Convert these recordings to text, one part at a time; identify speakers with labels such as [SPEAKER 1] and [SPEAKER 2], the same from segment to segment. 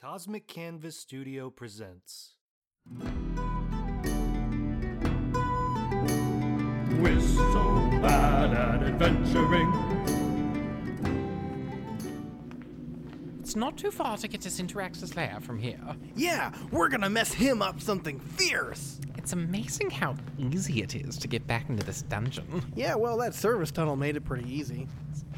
[SPEAKER 1] Cosmic Canvas Studio presents.
[SPEAKER 2] We're so bad at adventuring.
[SPEAKER 3] It's not too far to get us into Axis Lair from here.
[SPEAKER 4] Yeah, we're gonna mess him up something fierce.
[SPEAKER 3] It's amazing how easy it is to get back into this dungeon.
[SPEAKER 4] Yeah, well, that service tunnel made it pretty easy.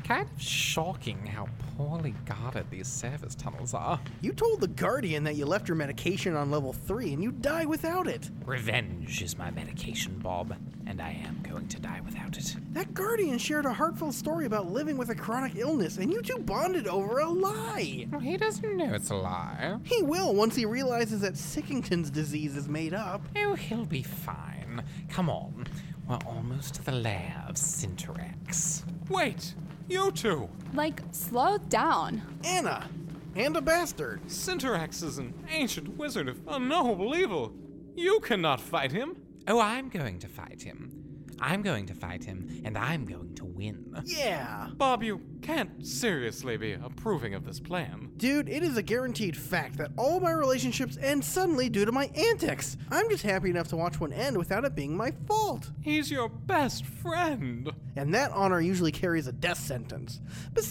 [SPEAKER 3] Kind of shocking how poorly guarded these service tunnels are.
[SPEAKER 4] You told the Guardian that you left your medication on level 3 and you die without it.
[SPEAKER 3] Revenge is my medication, Bob, and I am going to die without it.
[SPEAKER 4] That Guardian shared a heartfelt story about living with a chronic illness and you two bonded over a lie.
[SPEAKER 3] Well, he doesn't know it's a lie.
[SPEAKER 4] He will once he realizes that Sickington's disease is made up.
[SPEAKER 3] Oh, he'll be fine. Come on, we're almost to the lair of Cinterax.
[SPEAKER 5] Wait, you two!
[SPEAKER 6] Like, slow down.
[SPEAKER 4] Anna! And a bastard.
[SPEAKER 5] Synterax is an ancient wizard of unknowable evil. You cannot fight him.
[SPEAKER 3] Oh, I'm going to fight him. I'm going to fight him, and I'm going to win.
[SPEAKER 4] Yeah.
[SPEAKER 5] Bob, you can't seriously be approving of this plan.
[SPEAKER 4] Dude, it is a guaranteed fact that all my relationships end suddenly due to my antics. I'm just happy enough to watch one end without it being my fault.
[SPEAKER 5] He's your best friend.
[SPEAKER 4] and that honor usually carries a death sentence.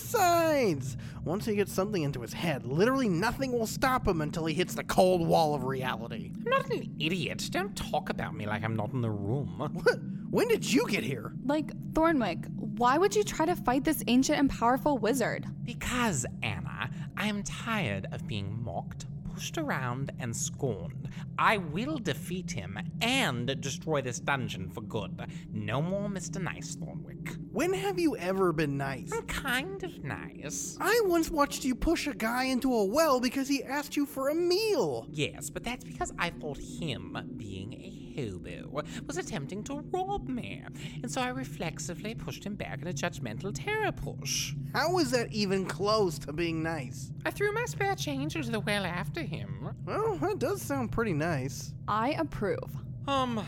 [SPEAKER 4] Besides, once he gets something into his head, literally nothing will stop him until he hits the cold wall of reality.
[SPEAKER 3] I'm not an idiot. Don't talk about me like I'm not in the room.
[SPEAKER 4] What? When did you get here?
[SPEAKER 6] Like, Thornwick, why would you try to fight this ancient and powerful wizard?
[SPEAKER 3] Because, Anna, I'm tired of being mocked, pushed around, and scorned. I will defeat him and destroy this dungeon for good. No more Mr. Nice Thornwick.
[SPEAKER 4] When have you ever been nice?
[SPEAKER 3] I'm kind of nice.
[SPEAKER 4] I once watched you push a guy into a well because he asked you for a meal.
[SPEAKER 3] Yes, but that's because I thought him being a hobo was attempting to rob me, and so I reflexively pushed him back in a judgmental terror push.
[SPEAKER 4] How is that even close to being nice?
[SPEAKER 3] I threw my spare change into the well after him.
[SPEAKER 4] Well, that does sound pretty nice.
[SPEAKER 6] I approve.
[SPEAKER 5] Um,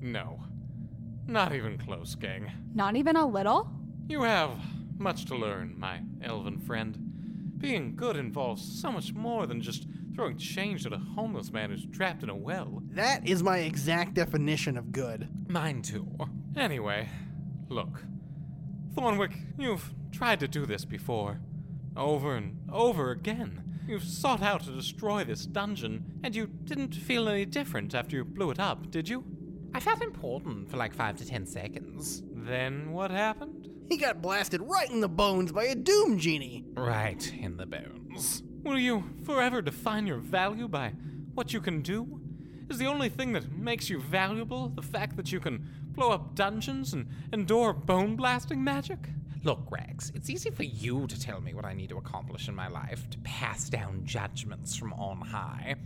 [SPEAKER 5] no. Not even close, gang.
[SPEAKER 6] Not even a little?
[SPEAKER 5] You have much to learn, my elven friend. Being good involves so much more than just throwing change at a homeless man who's trapped in a well.
[SPEAKER 4] That is my exact definition of good.
[SPEAKER 3] Mine too.
[SPEAKER 5] Anyway, look. Thornwick, you've tried to do this before. Over and over again. You've sought out to destroy this dungeon, and you didn't feel any different after you blew it up, did you?
[SPEAKER 3] I felt important for like five to ten seconds.
[SPEAKER 5] Then what happened?
[SPEAKER 4] He got blasted right in the bones by a doom genie.
[SPEAKER 3] Right in the bones.
[SPEAKER 5] Will you forever define your value by what you can do? Is the only thing that makes you valuable the fact that you can blow up dungeons and endure bone blasting magic?
[SPEAKER 3] Look, Rex, it's easy for you to tell me what I need to accomplish in my life, to pass down judgments from on high.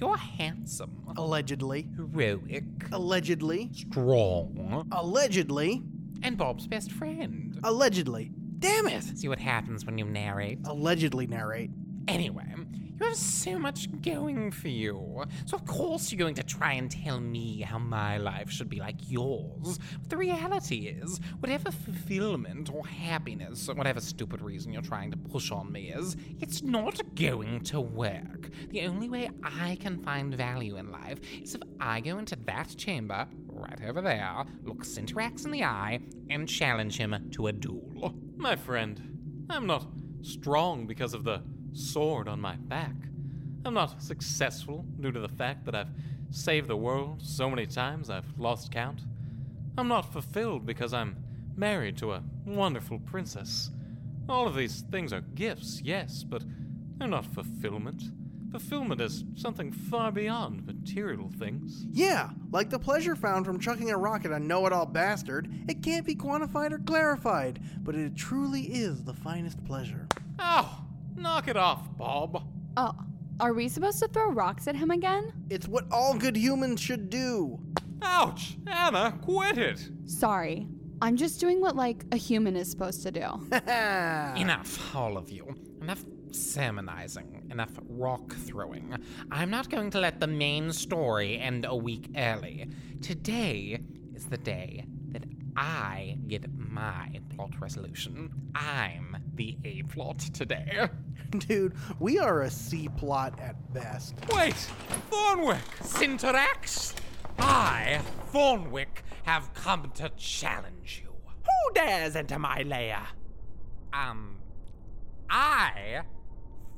[SPEAKER 3] You're handsome,
[SPEAKER 4] Allegedly.
[SPEAKER 3] heroic,
[SPEAKER 4] Allegedly.
[SPEAKER 3] strong,
[SPEAKER 4] Allegedly.
[SPEAKER 3] and Bob's best friend.
[SPEAKER 4] Allegedly. Damn it!
[SPEAKER 3] See what happens when you narrate.
[SPEAKER 4] Allegedly narrate.
[SPEAKER 3] Anyway, you have so much going for you. So, of course, you're going to try and tell me how my life should be like yours. But the reality is, whatever fulfillment or happiness, or whatever stupid reason you're trying to push on me is, it's not going to work. The only way I can find value in life is if I go into that chamber, right over there, look Synterax in the eye, and challenge him to a duel.
[SPEAKER 5] My friend, I'm not strong because of the sword on my back. I'm not successful due to the fact that I've saved the world so many times I've lost count. I'm not fulfilled because I'm married to a wonderful princess. All of these things are gifts, yes, but they're not fulfillment. Fulfillment is something far beyond material things.
[SPEAKER 4] Yeah, like the pleasure found from chucking a rocket on know it all bastard, it can't be quantified or clarified, but it truly is the finest pleasure.
[SPEAKER 5] Ow! Knock it off, Bob!
[SPEAKER 6] Oh, are we supposed to throw rocks at him again?
[SPEAKER 4] It's what all good humans should do.
[SPEAKER 5] Ouch! Anna, quit it!
[SPEAKER 6] Sorry. I'm just doing what, like, a human is supposed to do. Ah.
[SPEAKER 3] Enough, all of you. Enough sermonizing. Enough rock throwing. I'm not going to let the main story end a week early. Today is the day that I get my plot resolution. I'm the A plot today.
[SPEAKER 7] Dude, we are a C plot at best.
[SPEAKER 3] Wait! Thornwick! Cinterax! I, Thornwick, have come to challenge you. Who dares enter my lair? Um, I,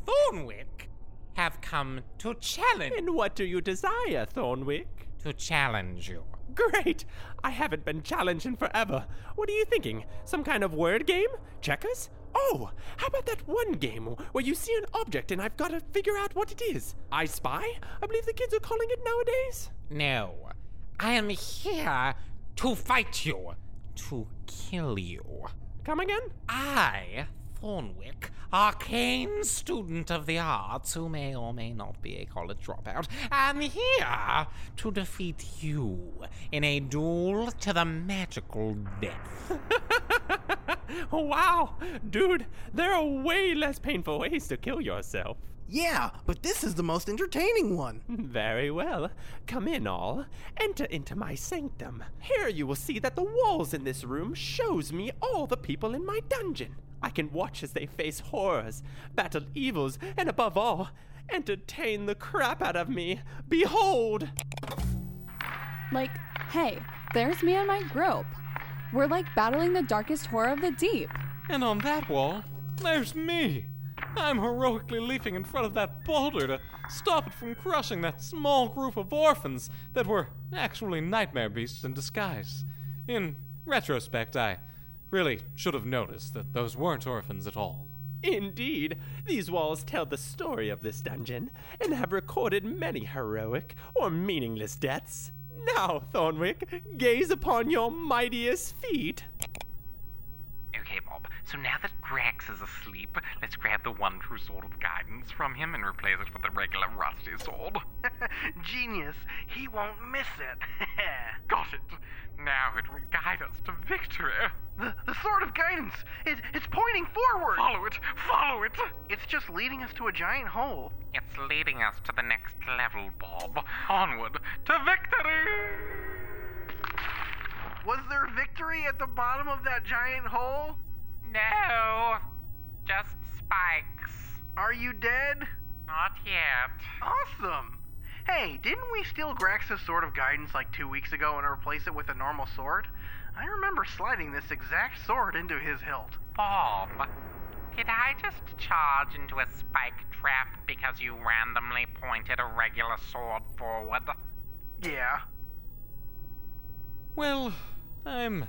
[SPEAKER 3] Thornwick, have come to challenge.
[SPEAKER 8] And what do you desire, Thornwick?
[SPEAKER 3] to challenge you.
[SPEAKER 8] Great! I haven't been challenged in forever. What are you thinking? Some kind of word game? Checkers? Oh, how about that one game where you see an object and I've got to figure out what it is? I spy? I believe the kids are calling it nowadays.
[SPEAKER 3] No, I am here to fight you, to kill you.
[SPEAKER 8] Come again?
[SPEAKER 3] I, Thornwick, arcane student of the arts who may or may not be a college dropout, am here to defeat you in a duel to the magical death.
[SPEAKER 8] Wow! Dude, there are way less painful ways to kill yourself.
[SPEAKER 7] Yeah, but this is the most entertaining one.
[SPEAKER 8] Very well. Come in, all. Enter into my sanctum. Here you will see that the walls in this room shows me all the people in my dungeon. I can watch as they face horrors, battle evils, and above all, entertain the crap out of me. Behold!
[SPEAKER 6] Like, hey, there's me and my group. We're like battling the darkest horror of the deep.
[SPEAKER 5] And on that wall, there's me. I'm heroically leaping in front of that boulder to stop it from crushing that small group of orphans that were actually nightmare beasts in disguise. In retrospect, I really should have noticed that those weren't orphans at all.
[SPEAKER 8] Indeed, these walls tell the story of this dungeon and have recorded many heroic or meaningless deaths. Now, Thornwick, gaze upon your mightiest feat.
[SPEAKER 4] Okay, Bob. So now that Grax is asleep, let's grab the Wonder Sword of Guidance from him and replace it with a regular rusty sword. Genius. He won't miss it. Got it. Now it will guide us to victory. The, the Sword of Guidance. It, it's pointing forward. Follow it. Follow it. It's just leading us to a giant hole. It's leading us to the next level, Bob. Onward to victory. Was there victory at the bottom of that giant hole? No. Just spikes. Are you dead? Not yet. Awesome. Hey, didn't we steal Grax's Sword of Guidance like two weeks ago and replace it with a normal sword? I remember sliding this exact sword into his hilt.
[SPEAKER 9] Bob, did I just charge into a spike trap because you randomly pointed a regular sword forward?
[SPEAKER 4] Yeah.
[SPEAKER 5] Well, I'm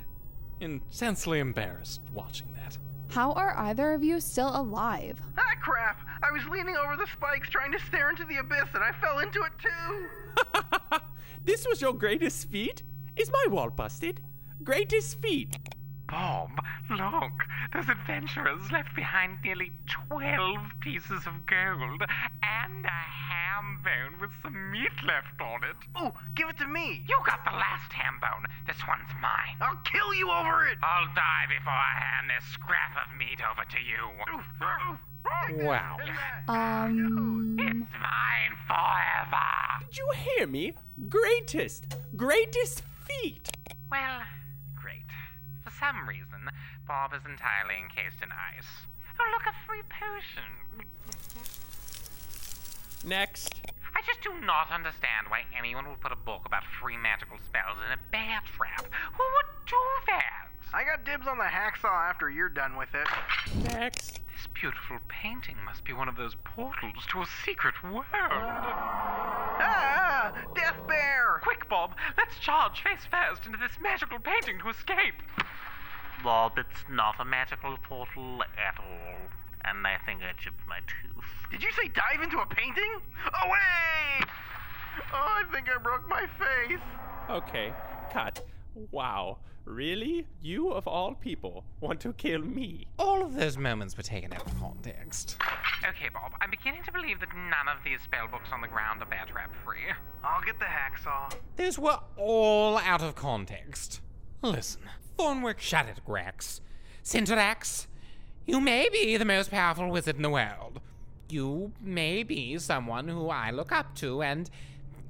[SPEAKER 5] intensely embarrassed watching that.
[SPEAKER 6] How are either of you still alive?
[SPEAKER 4] Ah, crap! I was leaning over the spikes trying to stare into the abyss and I fell into it too!
[SPEAKER 8] This was your greatest feat? Is my wall busted? Greatest feat.
[SPEAKER 9] Bob, look, those adventurers left behind nearly 12 pieces of gold and a ham bone with some meat left on it.
[SPEAKER 4] Oh, give it to me!
[SPEAKER 9] You got the last ham bone. This one's mine.
[SPEAKER 4] I'll kill you over it!
[SPEAKER 9] I'll die before I hand this scrap of meat over to you.
[SPEAKER 3] Wow.
[SPEAKER 6] Um,
[SPEAKER 9] It's mine forever.
[SPEAKER 8] Did you hear me? Greatest, greatest feat.
[SPEAKER 9] Well, great. For some reason, Bob is entirely encased in ice. Oh, look, a free potion.
[SPEAKER 8] Next.
[SPEAKER 9] I just do not understand why anyone would put a book about free magical spells in a bear trap. Who would do that?
[SPEAKER 4] I got dibs on the hacksaw after you're done with it.
[SPEAKER 8] Next.
[SPEAKER 9] This beautiful painting must be one of those portals to a secret world.
[SPEAKER 4] Ah! Death Bear!
[SPEAKER 9] Quick, Bob, let's charge face first into this magical painting to escape. Bob, it's not a magical portal at all. And I think I chipped my tooth.
[SPEAKER 4] Did you say dive into a painting? Away! Oh, I think I broke my face.
[SPEAKER 8] Okay, cut. Wow. Really? You, of all people, want to kill me?
[SPEAKER 3] All of those moments were taken out of context.
[SPEAKER 9] Okay, Bob, I'm beginning to believe that none of these spell books on the ground are bear trap free.
[SPEAKER 4] I'll get the hacksaw.
[SPEAKER 3] Those were all out of context. Listen, Thornwick shattered Grax. Cinterax, you may be the most powerful wizard in the world. You may be someone who I look up to and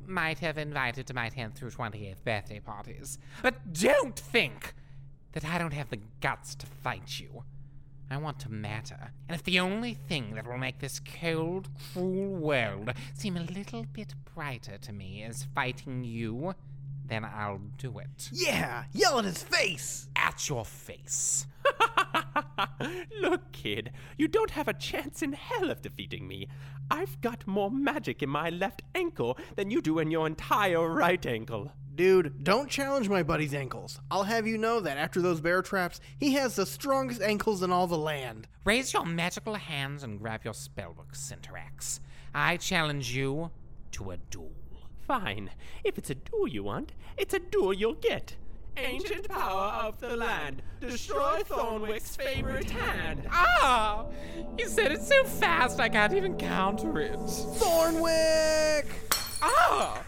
[SPEAKER 3] might have invited to my 10th through 20th birthday parties. But don't think that I don't have the guts to fight you. I want to matter, and if the only thing that will make this cold, cruel world seem a little bit brighter to me is fighting you, then I'll do it.
[SPEAKER 4] Yeah, yell at his face!
[SPEAKER 3] At your face.
[SPEAKER 8] Look, kid, you don't have a chance in hell of defeating me. I've got more magic in my left ankle than you do in your entire right ankle.
[SPEAKER 4] Dude, don't challenge my buddy's ankles. I'll have you know that after those bear traps, he has the strongest ankles in all the land.
[SPEAKER 3] Raise your magical hands and grab your spellbook, Synterax. I challenge you to a duel.
[SPEAKER 8] Fine. If it's a duel you want, it's a duel you'll get. Ancient power of the land, destroy Thornwick's favorite hand.
[SPEAKER 3] Ah! You said it so fast I can't even counter it.
[SPEAKER 4] Thornwick!
[SPEAKER 3] Ah!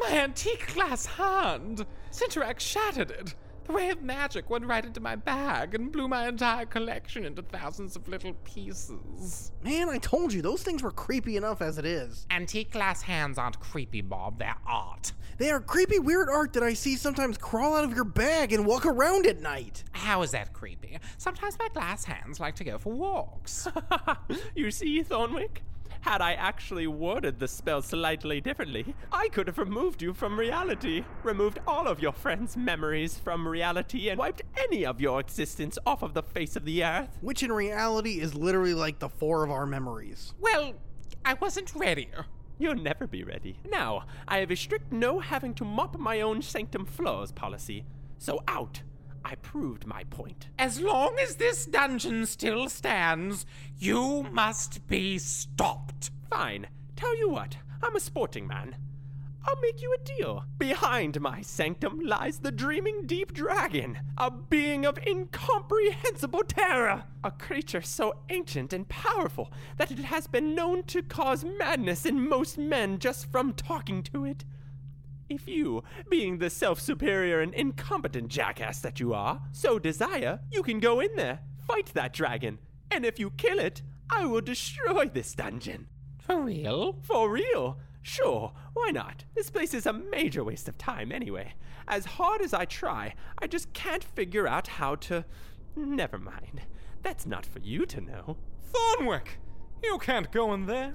[SPEAKER 3] My antique glass hand! Synterax shattered it. The ray of magic went right into my bag and blew my entire collection into thousands of little pieces.
[SPEAKER 4] Man, I told you, those things were creepy enough as it is.
[SPEAKER 3] Antique glass hands aren't creepy, Bob. They're art.
[SPEAKER 4] They are creepy, weird art that I see sometimes crawl out of your bag and walk around at night.
[SPEAKER 3] How is that creepy? Sometimes my glass hands like to go for walks.
[SPEAKER 8] you see, Thornwick? Had I actually worded the spell slightly differently, I could have removed you from reality, removed all of your friends' memories from reality, and wiped any of your existence off of the face of the earth.
[SPEAKER 4] Which in reality is literally like the four of our memories.
[SPEAKER 3] well, I wasn't ready.
[SPEAKER 8] You'll never be ready. Now, I have a strict no having to mop my own sanctum floors policy. So out. I proved my point.
[SPEAKER 3] As long as this dungeon still stands, you must be stopped.
[SPEAKER 8] Fine. Tell you what, I'm a sporting man. I'll make you a deal. Behind my sanctum lies the dreaming deep dragon, a being of incomprehensible terror, a creature so ancient and powerful that it has been known to cause madness in most men just from talking to it. If you, being the self superior and incompetent jackass that you are, so desire, you can go in there, fight that dragon, and if you kill it, I will destroy this dungeon.
[SPEAKER 3] For real?
[SPEAKER 8] For real? Sure, why not? This place is a major waste of time anyway. As hard as I try, I just can't figure out how to. Never mind. That's not for you to know.
[SPEAKER 5] Thornwick! You can't go in there.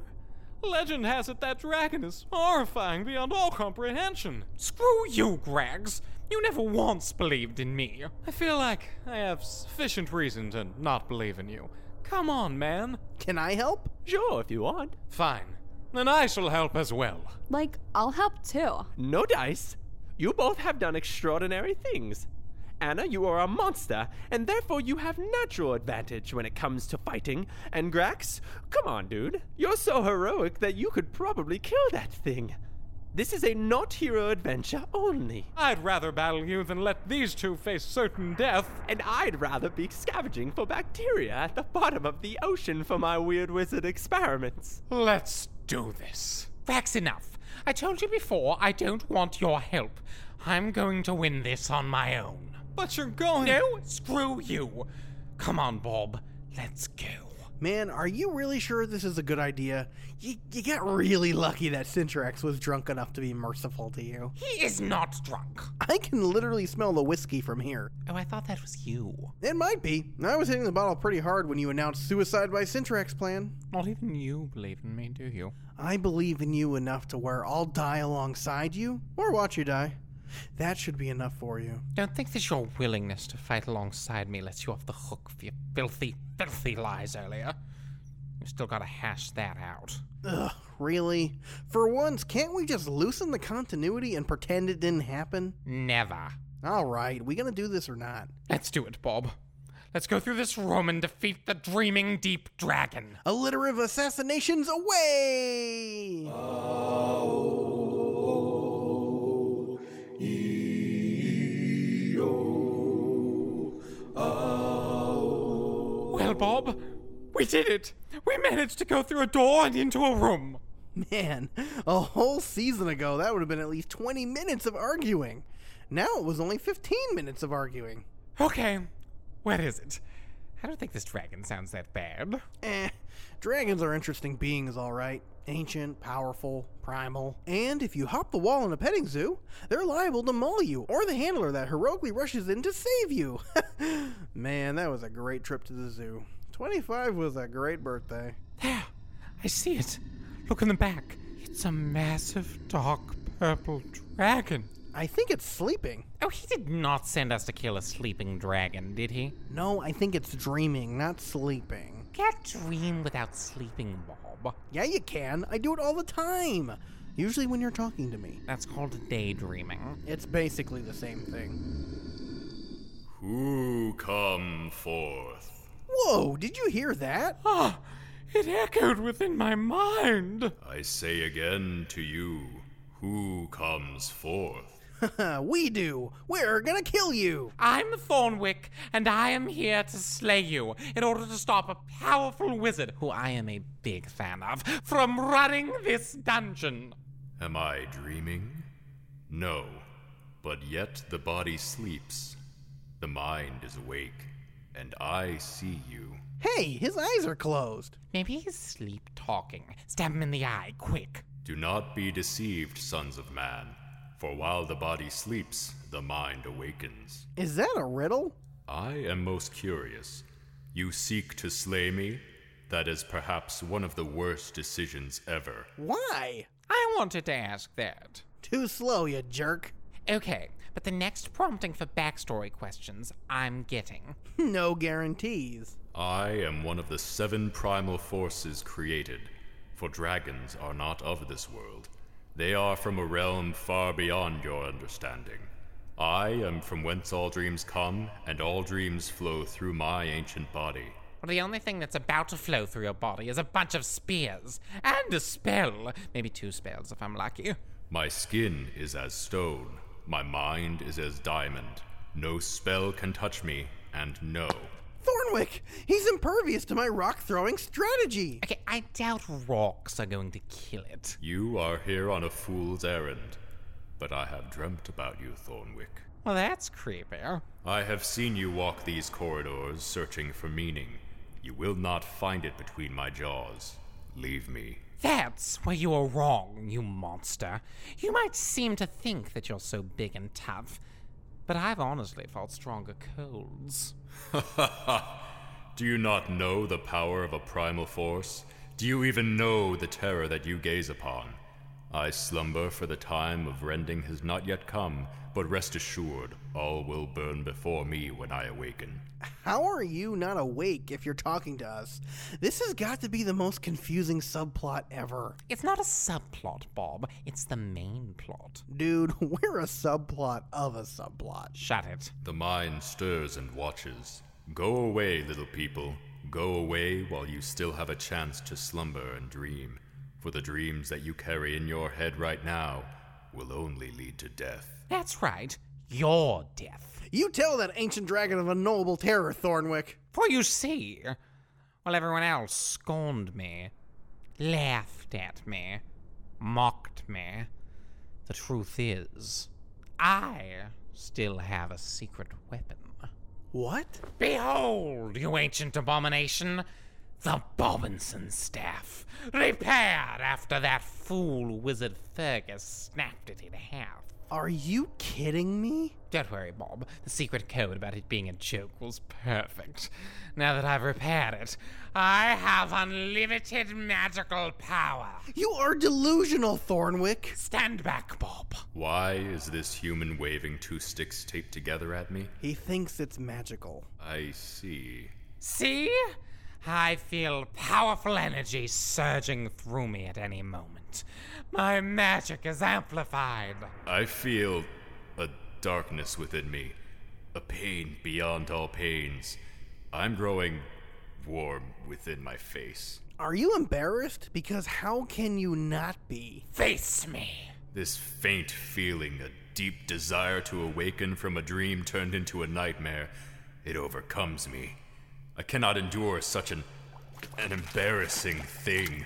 [SPEAKER 5] Legend has it that dragon is horrifying beyond all comprehension.
[SPEAKER 3] Screw you, Gregs. You never once believed in me.
[SPEAKER 5] I feel like I have sufficient reason to not believe in you. Come on, man.
[SPEAKER 4] Can I help?
[SPEAKER 8] Sure, if you want.
[SPEAKER 5] Fine. Then I shall help as well.
[SPEAKER 6] Like, I'll help too.
[SPEAKER 8] No dice. You both have done extraordinary things. Anna, you are a monster, and therefore you have natural advantage when it comes to fighting. And Grax, come on, dude. You're so heroic that you could probably kill that thing. This is a not hero adventure only.
[SPEAKER 5] I'd rather battle you than let these two face certain death.
[SPEAKER 8] And I'd rather be scavenging for bacteria at the bottom of the ocean for my weird wizard experiments.
[SPEAKER 5] Let's do this.
[SPEAKER 3] That's enough. I told you before, I don't want your help. I'm going to win this on my own.
[SPEAKER 5] But you're going.
[SPEAKER 3] Oh, No, screw you. Come on, Bob. Let's go.
[SPEAKER 4] Man, are you really sure this is a good idea? You, you got really lucky that Cintrax was drunk enough to be merciful to you.
[SPEAKER 3] He is not drunk.
[SPEAKER 4] I can literally smell the whiskey from here.
[SPEAKER 3] Oh, I thought that was you.
[SPEAKER 4] It might be. I was hitting the bottle pretty hard when you announced suicide by Cintrax plan.
[SPEAKER 3] Not even you believe in me, do you?
[SPEAKER 4] I believe in you enough to where I'll die alongside you or watch you die. That should be enough for you.
[SPEAKER 3] Don't think that your willingness to fight alongside me lets you off the hook for your filthy, filthy lies earlier. You've still got to hash that out.
[SPEAKER 4] Ugh, really? For once, can't we just loosen the continuity and pretend it didn't happen?
[SPEAKER 3] Never.
[SPEAKER 4] All right, we gonna do this or not?
[SPEAKER 3] Let's do it, Bob. Let's go through this room and defeat the Dreaming Deep Dragon.
[SPEAKER 4] A litter of assassinations away!
[SPEAKER 3] Well, Bob, we did it. We managed to go through a door and into a room.
[SPEAKER 4] Man, a whole season ago, that would have been at least 20 minutes of arguing. Now it was only 15 minutes of arguing.
[SPEAKER 3] Okay, where is it? I don't think this dragon sounds that bad.
[SPEAKER 4] Eh, dragons are interesting beings, all right. Ancient, powerful, primal. And if you hop the wall in a petting zoo, they're liable to maul you or the handler that heroically rushes in to save you. Man, that was a great trip to the zoo. 25 was a great birthday.
[SPEAKER 3] There, I see it. Look in the back. It's a massive dark purple dragon.
[SPEAKER 4] I think it's sleeping.
[SPEAKER 3] Oh, he did not send us to kill a sleeping dragon, did he?
[SPEAKER 4] No, I think it's dreaming, not sleeping.
[SPEAKER 3] Can't dream without sleeping, Bob.
[SPEAKER 4] Yeah, you can. I do it all the time. Usually when you're talking to me.
[SPEAKER 3] That's called daydreaming.
[SPEAKER 4] It's basically the same thing.
[SPEAKER 2] Who come forth?
[SPEAKER 4] Whoa, did you hear that?
[SPEAKER 3] Ah, it echoed within my mind.
[SPEAKER 2] I say again to you, who comes forth?
[SPEAKER 4] we do. We're gonna kill you.
[SPEAKER 3] I'm Thornwick, and I am here to slay you in order to stop a powerful wizard, who I am a big fan of, from running this dungeon.
[SPEAKER 2] Am I dreaming? No, but yet the body sleeps. The mind is awake, and I see you.
[SPEAKER 4] Hey, his eyes are closed.
[SPEAKER 3] Maybe he's sleep talking. Stab him in the eye, quick.
[SPEAKER 2] Do not be deceived, sons of man, for while the body sleeps, the mind awakens.
[SPEAKER 4] Is that a riddle?
[SPEAKER 2] I am most curious. You seek to slay me? That is perhaps one of the worst decisions ever.
[SPEAKER 4] Why?
[SPEAKER 3] I wanted to ask that.
[SPEAKER 4] Too slow, you jerk.
[SPEAKER 3] Okay, but the next prompting for backstory questions I'm getting.
[SPEAKER 4] No guarantees.
[SPEAKER 2] I am one of the seven primal forces created, for dragons are not of this world. They are from a realm far beyond your understanding. I am from whence all dreams come, and all dreams flow through my ancient body.
[SPEAKER 3] Well, the only thing that's about to flow through your body is a bunch of spears and a spell. Maybe two spells if I'm lucky.
[SPEAKER 2] My skin is as stone, my mind is as diamond. No spell can touch me, and no.
[SPEAKER 4] Thornwick, he's impervious to my rock throwing strategy.
[SPEAKER 3] Okay, I doubt rocks are going to kill it.
[SPEAKER 2] You are here on a fool's errand, but I have dreamt about you, Thornwick.
[SPEAKER 3] Well, that's creepy.
[SPEAKER 2] I have seen you walk these corridors searching for meaning. You will not find it between my jaws. Leave me.
[SPEAKER 3] That's where you are wrong, you monster. You might seem to think that you're so big and tough, but I've honestly felt stronger colds.
[SPEAKER 2] Do you not know the power of a primal force? Do you even know the terror that you gaze upon? I slumber for the time of rending has not yet come, but rest assured, all will burn before me when I awaken.
[SPEAKER 4] How are you not awake if you're talking to us? This has got to be the most confusing subplot ever.
[SPEAKER 3] It's not a subplot, Bob. It's the main plot.
[SPEAKER 4] Dude, we're a subplot of a subplot.
[SPEAKER 3] Shut it.
[SPEAKER 2] The mind stirs and watches. Go away, little people. Go away while you still have a chance to slumber and dream, for the dreams that you carry in your head right now will only lead to death.
[SPEAKER 3] That's right. Your death.
[SPEAKER 4] You tell that ancient dragon of unknowable terror, Thornwick.
[SPEAKER 3] For you see, while everyone else scorned me, laughed at me, mocked me, the truth is, I still have a secret weapon.
[SPEAKER 4] What?
[SPEAKER 3] Behold, you ancient abomination, the Bobinson staff, repaired after that fool wizard Fergus snapped it in half.
[SPEAKER 4] Are you kidding me?
[SPEAKER 3] Don't worry, Bob. The secret code about it being a joke was perfect. Now that I've repaired it, I have unlimited magical power.
[SPEAKER 4] You are delusional, Thornwick.
[SPEAKER 3] Stand back, Bob.
[SPEAKER 2] Why is this human waving two sticks taped together at me?
[SPEAKER 4] He thinks it's magical.
[SPEAKER 2] I see.
[SPEAKER 3] See? I feel powerful energy surging through me at any moment. My magic is amplified.
[SPEAKER 2] I feel a darkness within me, a pain beyond all pains. I'm growing warm within my face.
[SPEAKER 4] Are you embarrassed? Because how can you not be?
[SPEAKER 3] Face me.
[SPEAKER 2] This faint feeling, a deep desire to awaken from a dream turned into a nightmare, it overcomes me. I cannot endure such an an embarrassing thing.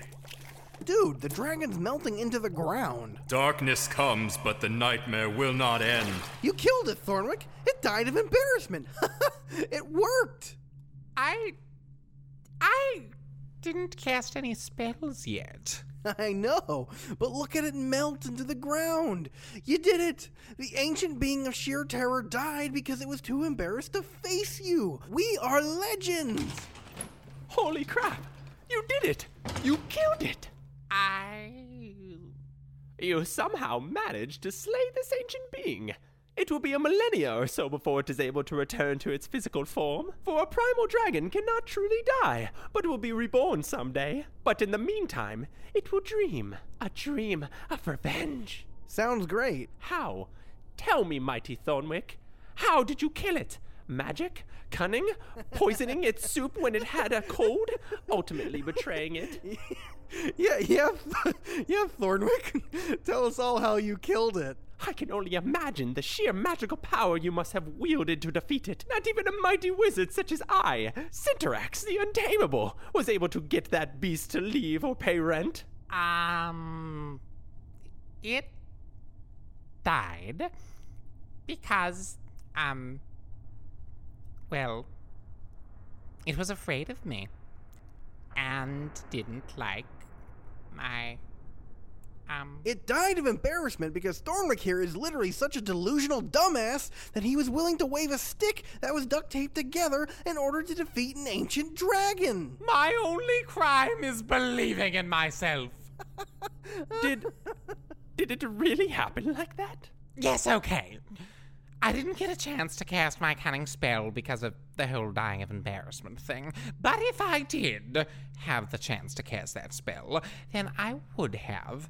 [SPEAKER 4] Dude, the dragon's melting into the ground.
[SPEAKER 2] Darkness comes, but the nightmare will not end.
[SPEAKER 4] You killed it, Thornwick. It died of embarrassment. it worked.
[SPEAKER 3] I. I didn't cast any spells yet.
[SPEAKER 4] I know, but look at it melt into the ground. You did it. The ancient being of sheer terror died because it was too embarrassed to face you. We are legends.
[SPEAKER 8] Holy crap! You did it! You killed it!
[SPEAKER 3] I.
[SPEAKER 8] You somehow managed to slay this ancient being. It will be a millennia or so before it is able to return to its physical form, for a primal dragon cannot truly die, but will be reborn someday. But in the meantime, it will dream a dream of revenge.
[SPEAKER 4] Sounds great.
[SPEAKER 8] How? Tell me, mighty Thornwick, how did you kill it? Magic? Cunning? Poisoning its soup when it had a cold? Ultimately betraying it?
[SPEAKER 4] Yeah, yeah, yeah, Thornwick. Tell us all how you killed it.
[SPEAKER 8] I can only imagine the sheer magical power you must have wielded to defeat it. Not even a mighty wizard such as I, Cinterax the Untamable, was able to get that beast to leave or pay rent.
[SPEAKER 3] Um. It died because, um. Well, it was afraid of me and didn't like my. Um.
[SPEAKER 4] It died of embarrassment because Thornwick here is literally such a delusional dumbass that he was willing to wave a stick that was duct taped together in order to defeat an ancient dragon.
[SPEAKER 3] My only crime is believing in myself.
[SPEAKER 8] Did. did it really happen like that?
[SPEAKER 3] Yes, okay. I didn't get a chance to cast my cunning spell because of the whole dying of embarrassment thing, but if I did have the chance to cast that spell, then I would have,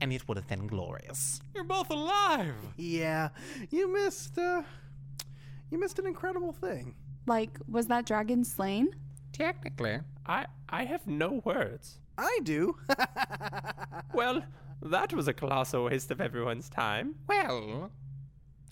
[SPEAKER 3] and it would have been glorious.
[SPEAKER 5] You're both alive!
[SPEAKER 4] Yeah, you missed, uh, you missed an incredible thing.
[SPEAKER 6] Like, was that dragon slain?
[SPEAKER 3] Technically.
[SPEAKER 8] I, I have no words.
[SPEAKER 4] I do.
[SPEAKER 8] Well, that was a colossal waste of everyone's time.
[SPEAKER 3] Well,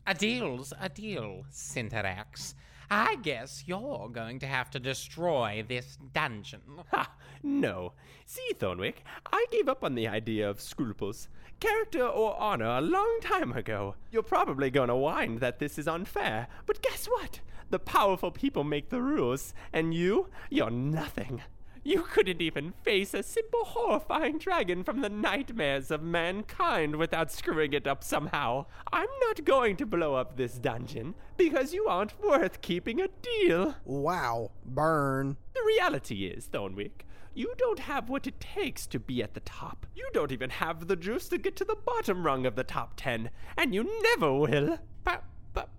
[SPEAKER 3] a deal's a deal, Cinterax. I guess you're going to have to destroy this dungeon.
[SPEAKER 8] Ha! No. See, Thornwick, I gave up on the idea of scruples, character, or honor a long time ago. You're probably gonna whine that this is unfair, but guess what? The powerful people make the rules, and you, you're nothing. You couldn't even face a simple horrifying dragon from the nightmares of mankind without screwing it up somehow. I'm not going to blow up this dungeon because you aren't worth keeping a deal.
[SPEAKER 4] Wow, burn.
[SPEAKER 8] The reality is, Thornwick, you don't have what it takes to be at the top. You don't even have the juice to get to the bottom rung of the top ten, and you never will.
[SPEAKER 3] But, but,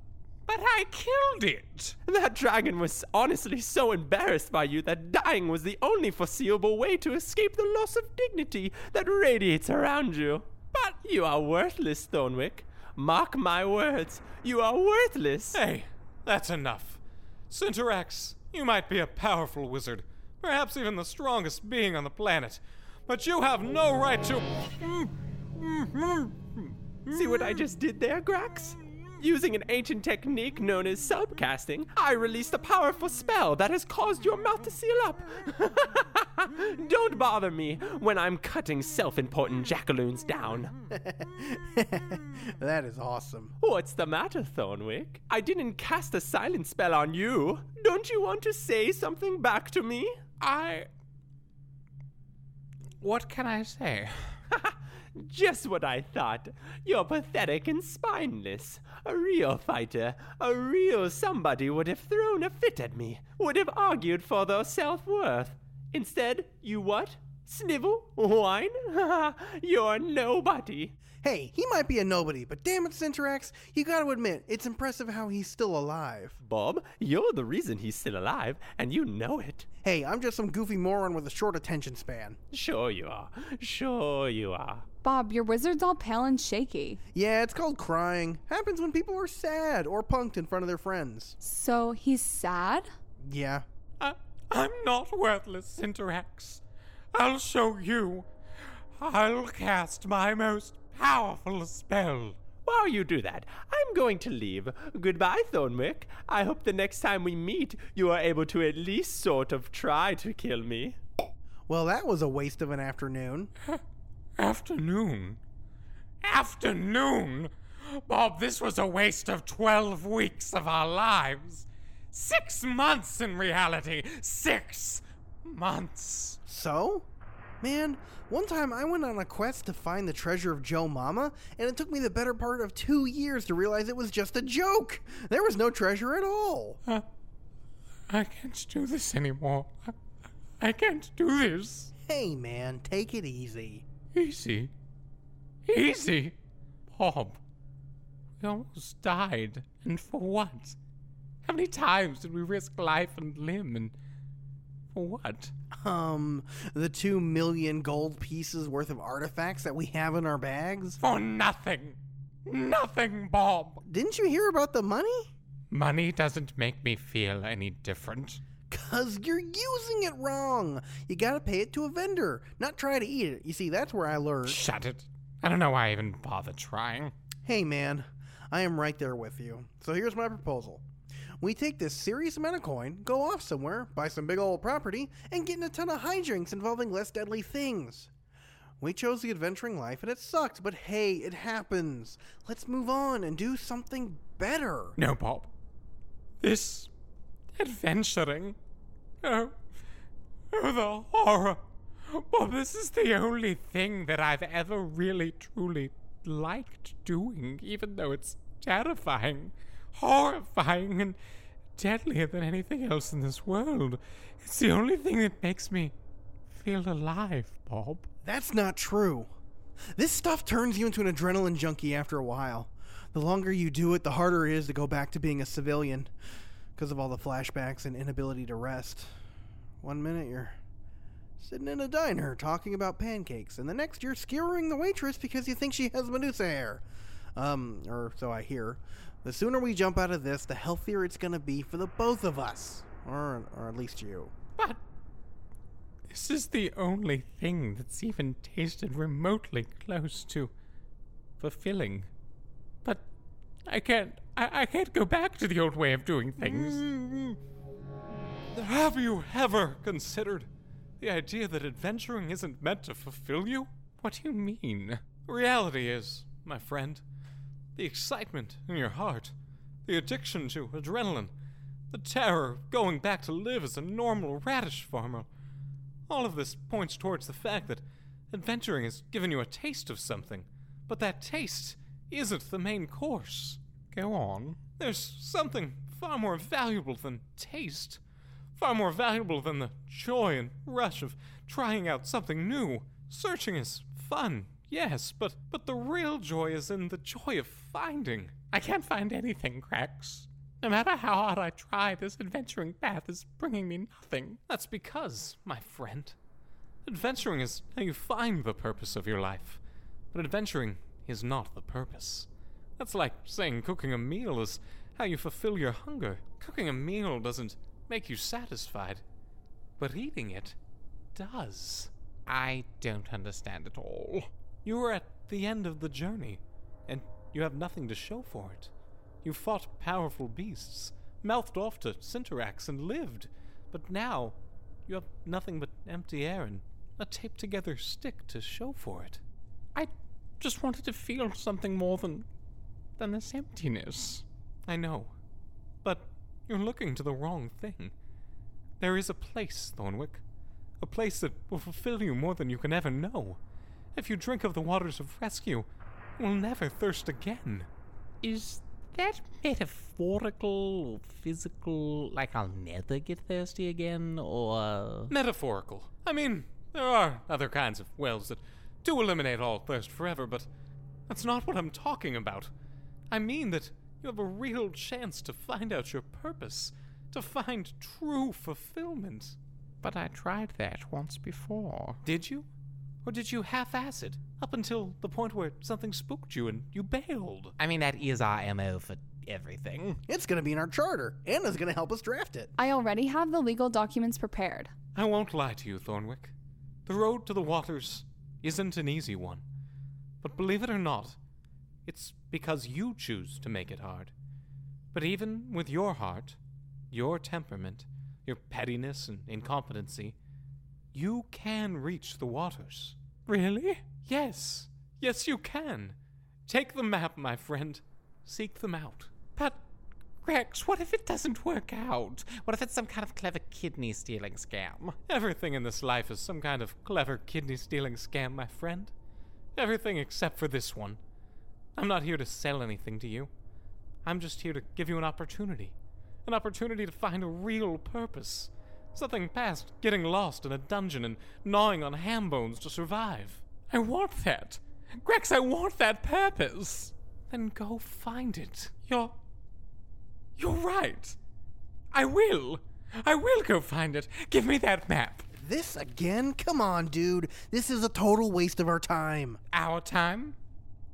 [SPEAKER 3] but I killed it!
[SPEAKER 8] That dragon was honestly so embarrassed by you that dying was the only foreseeable way to escape the loss of dignity that radiates around you. But you are worthless, Thornwick. Mark my words, you are worthless.
[SPEAKER 5] Hey, that's enough. Cinterax, you might be a powerful wizard, perhaps even the strongest being on the planet, but you have no right to.
[SPEAKER 8] See what I just did there, Grax? Using an ancient technique known as subcasting, I released a powerful spell that has caused your mouth to seal up. Don't bother me when I'm cutting self important jackaloons down.
[SPEAKER 4] That is awesome.
[SPEAKER 8] What's the matter, Thornwick? I didn't cast a silent spell on you. Don't you want to say something back to me?
[SPEAKER 3] I. What can I say?
[SPEAKER 8] Just what I thought. You're pathetic and spineless. A real fighter, a real somebody would have thrown a fit at me, would have argued for their self worth. Instead, you what? Snivel? Whine? You're nobody.
[SPEAKER 4] Hey, he might be a nobody, but damn it, Cinterax, you gotta admit, it's impressive how he's still alive.
[SPEAKER 8] Bob, you're the reason he's still alive, and you know it.
[SPEAKER 4] Hey, I'm just some goofy moron with a short attention span.
[SPEAKER 8] Sure you are. Sure you are.
[SPEAKER 6] Bob, your wizard's all pale and shaky.
[SPEAKER 4] Yeah, it's called crying. Happens when people are sad or punked in front of their friends.
[SPEAKER 6] So he's sad?
[SPEAKER 4] Yeah.
[SPEAKER 5] I, I'm not worthless, Cinterax. I'll show you. I'll cast my most powerful spell.
[SPEAKER 8] While you do that, I'm going to leave. Goodbye, Thornwick. I hope the next time we meet, you are able to at least sort of try to kill me.
[SPEAKER 4] Well, that was a waste of an afternoon.
[SPEAKER 5] Afternoon? Afternoon? Bob, this was a waste of 12 weeks of our lives.
[SPEAKER 3] Six months in reality! Six months!
[SPEAKER 4] So? Man, one time I went on a quest to find the treasure of Joe Mama, and it took me the better part of two years to realize it was just a joke. There was no treasure at all.
[SPEAKER 3] I can't do this anymore. I can't do this.
[SPEAKER 4] Hey, man, take it easy.
[SPEAKER 3] Easy. Easy. Bob. We almost died. And for what? How many times did we risk life and limb and for what?
[SPEAKER 4] Um, the two million gold pieces worth of artifacts that we have in our bags?
[SPEAKER 3] For nothing. Nothing, Bob.
[SPEAKER 4] Didn't you hear about the money?
[SPEAKER 3] Money doesn't make me feel any different.
[SPEAKER 4] Cause you're using it wrong. You gotta pay it to a vendor, not try to eat it. You see, that's where I learned.
[SPEAKER 3] Shut it. I don't know why I even bother trying.
[SPEAKER 4] Hey, man, I am right there with you. So here's my proposal. We take this serious amount of coin, go off somewhere, buy some big old property, and get in a ton of hijinks involving less deadly things. We chose the adventuring life and it sucked, but hey, it happens. Let's move on and do something better.
[SPEAKER 3] No, Bob. This adventuring. Oh, oh, the horror. Bob, this is the only thing that I've ever really truly liked doing, even though it's terrifying, horrifying, and deadlier than anything else in this world. It's the only thing that makes me feel alive, Bob.
[SPEAKER 4] That's not true. This stuff turns you into an adrenaline junkie after a while. The longer you do it, the harder it is to go back to being a civilian because of all the flashbacks and inability to rest. One minute you're sitting in a diner talking about pancakes, and the next you're skewering the waitress because you think she has Medusa hair. Um, or so I hear. The sooner we jump out of this, the healthier it's gonna be for the both of us. Or, or at least you.
[SPEAKER 3] But this is the only thing that's even tasted remotely close to fulfilling. But I can't. I, I can't go back to the old way of doing things.
[SPEAKER 5] Have you ever considered the idea that adventuring isn't meant to fulfill you?
[SPEAKER 3] What do you mean?
[SPEAKER 5] Reality is, my friend, the excitement in your heart, the addiction to adrenaline, the terror of going back to live as a normal radish farmer. All of this points towards the fact that adventuring has given you a taste of something, but that taste isn't the main course.
[SPEAKER 3] Go on.
[SPEAKER 5] There's something far more valuable than taste, far more valuable than the joy and rush of trying out something new. Searching is fun, yes, but but the real joy is in the joy of finding.
[SPEAKER 3] I can't find anything, Crax. No matter how hard I try, this adventuring path is bringing me nothing.
[SPEAKER 5] That's because, my friend, adventuring is how you find the purpose of your life, but adventuring is not the purpose. That's like saying cooking a meal is how you fulfill your hunger. Cooking a meal doesn't make you satisfied, but eating it does.
[SPEAKER 3] I don't understand at all.
[SPEAKER 5] You are at the end of the journey, and you have nothing to show for it. You fought powerful beasts, mouthed off to Cinterax, and lived, but now you have nothing but empty air and a taped together stick to show for it.
[SPEAKER 3] I just wanted to feel something more than than this emptiness.
[SPEAKER 5] I know, but you're looking to the wrong thing. There is a place, Thornwick, a place that will fulfill you more than you can ever know. If you drink of the waters of rescue, you'll never thirst again.
[SPEAKER 3] Is that metaphorical or physical? Like I'll never get thirsty again, or
[SPEAKER 5] Metaphorical. I mean, there are other kinds of wells that do eliminate all thirst forever, but that's not what I'm talking about. I mean that you have a real chance to find out your purpose, to find true fulfillment.
[SPEAKER 3] But I tried that once before.
[SPEAKER 5] Did you? Or did you half ass it up until the point where something spooked you and you bailed?
[SPEAKER 3] I mean, that is our MO for everything.
[SPEAKER 4] It's gonna be in our charter. Anna's gonna help us draft it.
[SPEAKER 6] I already have the legal documents prepared.
[SPEAKER 5] I won't lie to you, Thornwick. The road to the waters isn't an easy one. But believe it or not, it's because you choose to make it hard. But even with your heart, your temperament, your pettiness and incompetency, you can reach the waters.
[SPEAKER 3] Really?
[SPEAKER 5] Yes, yes, you can. Take the map, my friend. Seek them out.
[SPEAKER 3] But Grex, what if it doesn't work out? What if it's some kind of clever kidney stealing scam?
[SPEAKER 5] Everything in this life is some kind of clever kidney stealing scam, my friend. Everything except for this one. I'm not here to sell anything to you. I'm just here to give you an opportunity. An opportunity to find a real purpose. Something past getting lost in a dungeon and gnawing on ham bones to survive. I want that. Grex, I want that purpose. Then go find it. You're. You're right. I will. I will go find it. Give me that map.
[SPEAKER 4] This again? Come on, dude. This is a total waste of our time.
[SPEAKER 3] Our time?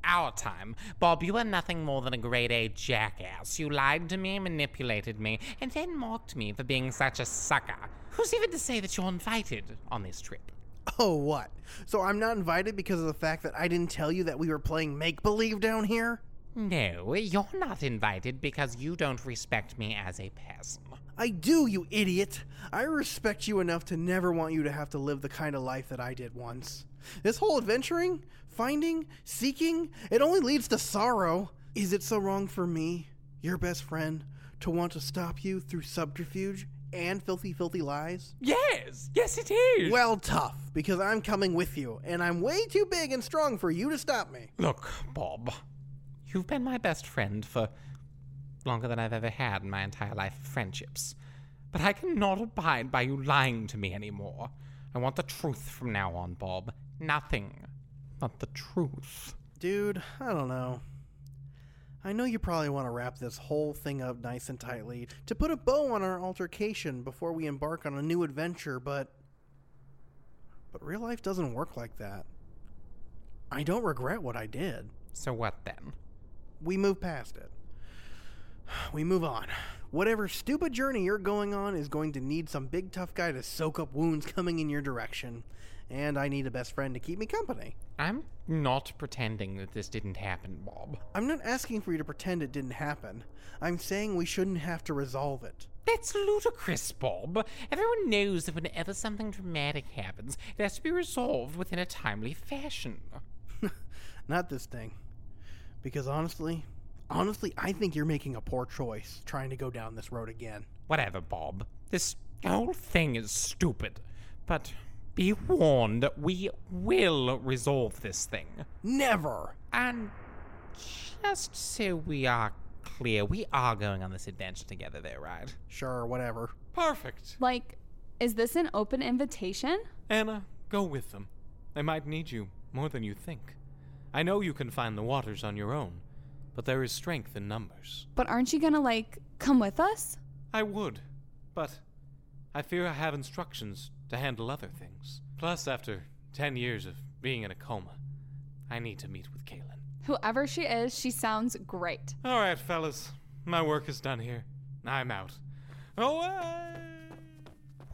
[SPEAKER 3] Our time. Bob, you are nothing more than a grade A jackass. You lied to me, manipulated me, and then mocked me for being such a sucker. Who's even to say that you're invited on this trip?
[SPEAKER 4] Oh, what? So I'm not invited because of the fact that I didn't tell you that we were playing make believe down here?
[SPEAKER 3] No, you're not invited because you don't respect me as a person.
[SPEAKER 4] I do, you idiot. I respect you enough to never want you to have to live the kind of life that I did once. This whole adventuring, finding, seeking, it only leads to sorrow. Is it so wrong for me, your best friend, to want to stop you through subterfuge and filthy, filthy lies?
[SPEAKER 3] Yes, yes, it is.
[SPEAKER 4] Well, tough, because I'm coming with you, and I'm way too big and strong for you to stop me.
[SPEAKER 3] Look, Bob, you've been my best friend for longer than I've ever had in my entire life of friendships. But I cannot abide by you lying to me anymore. I want the truth from now on, Bob. Nothing but the truth.
[SPEAKER 4] Dude, I don't know. I know you probably want to wrap this whole thing up nice and tightly to put a bow on our altercation before we embark on a new adventure, but. But real life doesn't work like that. I don't regret what I did.
[SPEAKER 3] So what then?
[SPEAKER 4] We move past it. We move on. Whatever stupid journey you're going on is going to need some big tough guy to soak up wounds coming in your direction. And I need a best friend to keep me company.
[SPEAKER 3] I'm not pretending that this didn't happen, Bob.
[SPEAKER 4] I'm not asking for you to pretend it didn't happen. I'm saying we shouldn't have to resolve it.
[SPEAKER 3] That's ludicrous, Bob. Everyone knows that whenever something dramatic happens, it has to be resolved within a timely fashion.
[SPEAKER 4] not this thing. Because honestly, honestly, I think you're making a poor choice trying to go down this road again.
[SPEAKER 3] Whatever, Bob. This whole thing is stupid. But be warned, we will resolve this thing.
[SPEAKER 4] Never!
[SPEAKER 3] And just so we are clear, we are going on this adventure together, though, right?
[SPEAKER 4] Sure, whatever.
[SPEAKER 5] Perfect.
[SPEAKER 6] Like, is this an open invitation?
[SPEAKER 5] Anna, go with them. They might need you more than you think. I know you can find the waters on your own, but there is strength in numbers.
[SPEAKER 6] But aren't you gonna, like, come with us?
[SPEAKER 5] I would, but I fear I have instructions to handle other things. Plus, after ten years of being in a coma, I need to meet with Kaylin.
[SPEAKER 6] Whoever she is, she sounds great.
[SPEAKER 5] All right, fellas, my work is done here. I'm out. Away!
[SPEAKER 3] Oh, uh,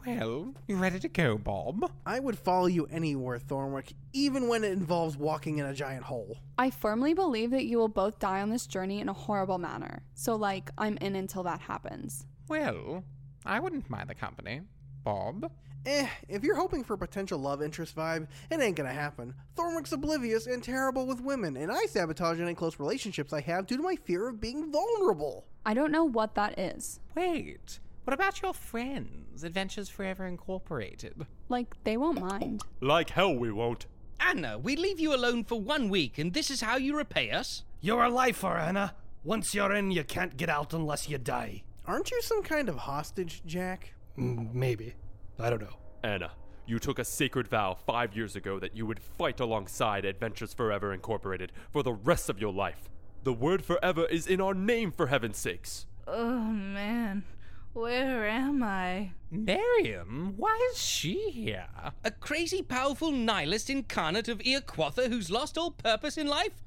[SPEAKER 3] Well, you ready to go, Bob?
[SPEAKER 4] I would follow you anywhere, Thornwick, even when it involves walking in a giant hole.
[SPEAKER 6] I firmly believe that you will both die on this journey in a horrible manner. So, like, I'm in until that happens.
[SPEAKER 3] Well, I wouldn't mind the company, Bob.
[SPEAKER 4] Eh, if you're hoping for a potential love interest vibe, it ain't gonna happen. Thornwick's oblivious and terrible with women, and I sabotage any close relationships I have due to my fear of being vulnerable.
[SPEAKER 6] I don't know what that is.
[SPEAKER 3] Wait, what about your friends, Adventures Forever Incorporated?
[SPEAKER 6] Like, they won't mind.
[SPEAKER 2] Like hell we won't.
[SPEAKER 10] Anna, we leave you alone for one week, and this is how you repay us?
[SPEAKER 11] You're a lifer, Anna. Once you're in, you can't get out unless you die.
[SPEAKER 4] Aren't you some kind of hostage, Jack?
[SPEAKER 11] Mm, maybe. I don't know.
[SPEAKER 8] Anna, you took a sacred vow five years ago that you would fight alongside Adventures Forever Incorporated for the rest of your life. The word forever is in our name, for heaven's sakes.
[SPEAKER 12] Oh, man. Where am I?
[SPEAKER 3] Miriam, why is she here?
[SPEAKER 10] A crazy, powerful nihilist incarnate of Earquatha who's lost all purpose in life?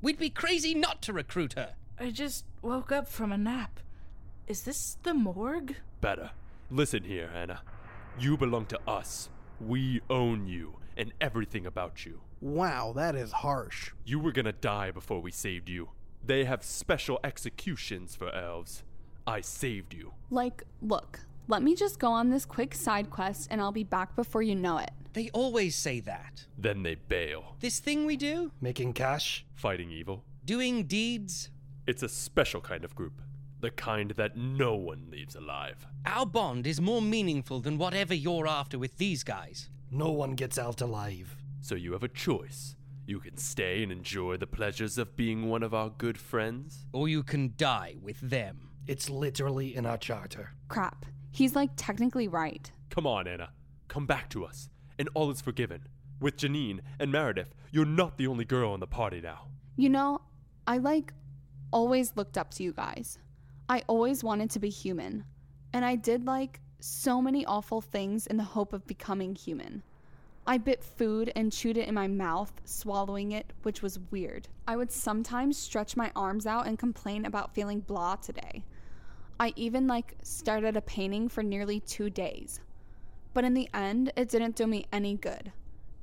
[SPEAKER 10] We'd be crazy not to recruit her.
[SPEAKER 12] I just woke up from a nap. Is this the morgue?
[SPEAKER 8] Better. Listen here, Anna. You belong to us. We own you and everything about you.
[SPEAKER 4] Wow, that is harsh.
[SPEAKER 8] You were gonna die before we saved you. They have special executions for elves. I saved you.
[SPEAKER 6] Like, look, let me just go on this quick side quest and I'll be back before you know it.
[SPEAKER 10] They always say that.
[SPEAKER 8] Then they bail.
[SPEAKER 10] This thing we do?
[SPEAKER 11] Making cash?
[SPEAKER 8] Fighting evil?
[SPEAKER 10] Doing deeds?
[SPEAKER 8] It's a special kind of group.
[SPEAKER 13] The kind that no one leaves alive.
[SPEAKER 10] Our bond is more meaningful than whatever you're after with these guys.
[SPEAKER 11] No one gets out alive.
[SPEAKER 13] So you have a choice. You can stay and enjoy the pleasures of being one of our good friends,
[SPEAKER 10] or you can die with them.
[SPEAKER 11] It's literally in our charter.
[SPEAKER 6] Crap. He's like technically right.
[SPEAKER 13] Come on, Anna. Come back to us, and all is forgiven. With Janine and Meredith, you're not the only girl in the party now.
[SPEAKER 6] You know, I like always looked up to you guys. I always wanted to be human. And I did like so many awful things in the hope of becoming human. I bit food and chewed it in my mouth, swallowing it, which was weird. I would sometimes stretch my arms out and complain about feeling blah today. I even like started a painting for nearly two days. But in the end, it didn't do me any good.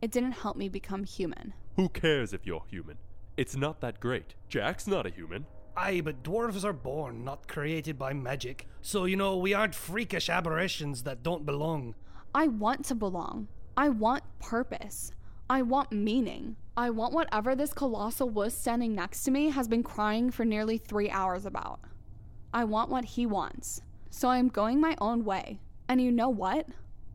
[SPEAKER 6] It didn't help me become human.
[SPEAKER 13] Who cares if you're human? It's not that great. Jack's not a human.
[SPEAKER 11] Aye, but dwarves are born, not created by magic. So, you know, we aren't freakish aberrations that don't belong.
[SPEAKER 6] I want to belong. I want purpose. I want meaning. I want whatever this colossal wuss standing next to me has been crying for nearly three hours about. I want what he wants. So I'm going my own way. And you know what?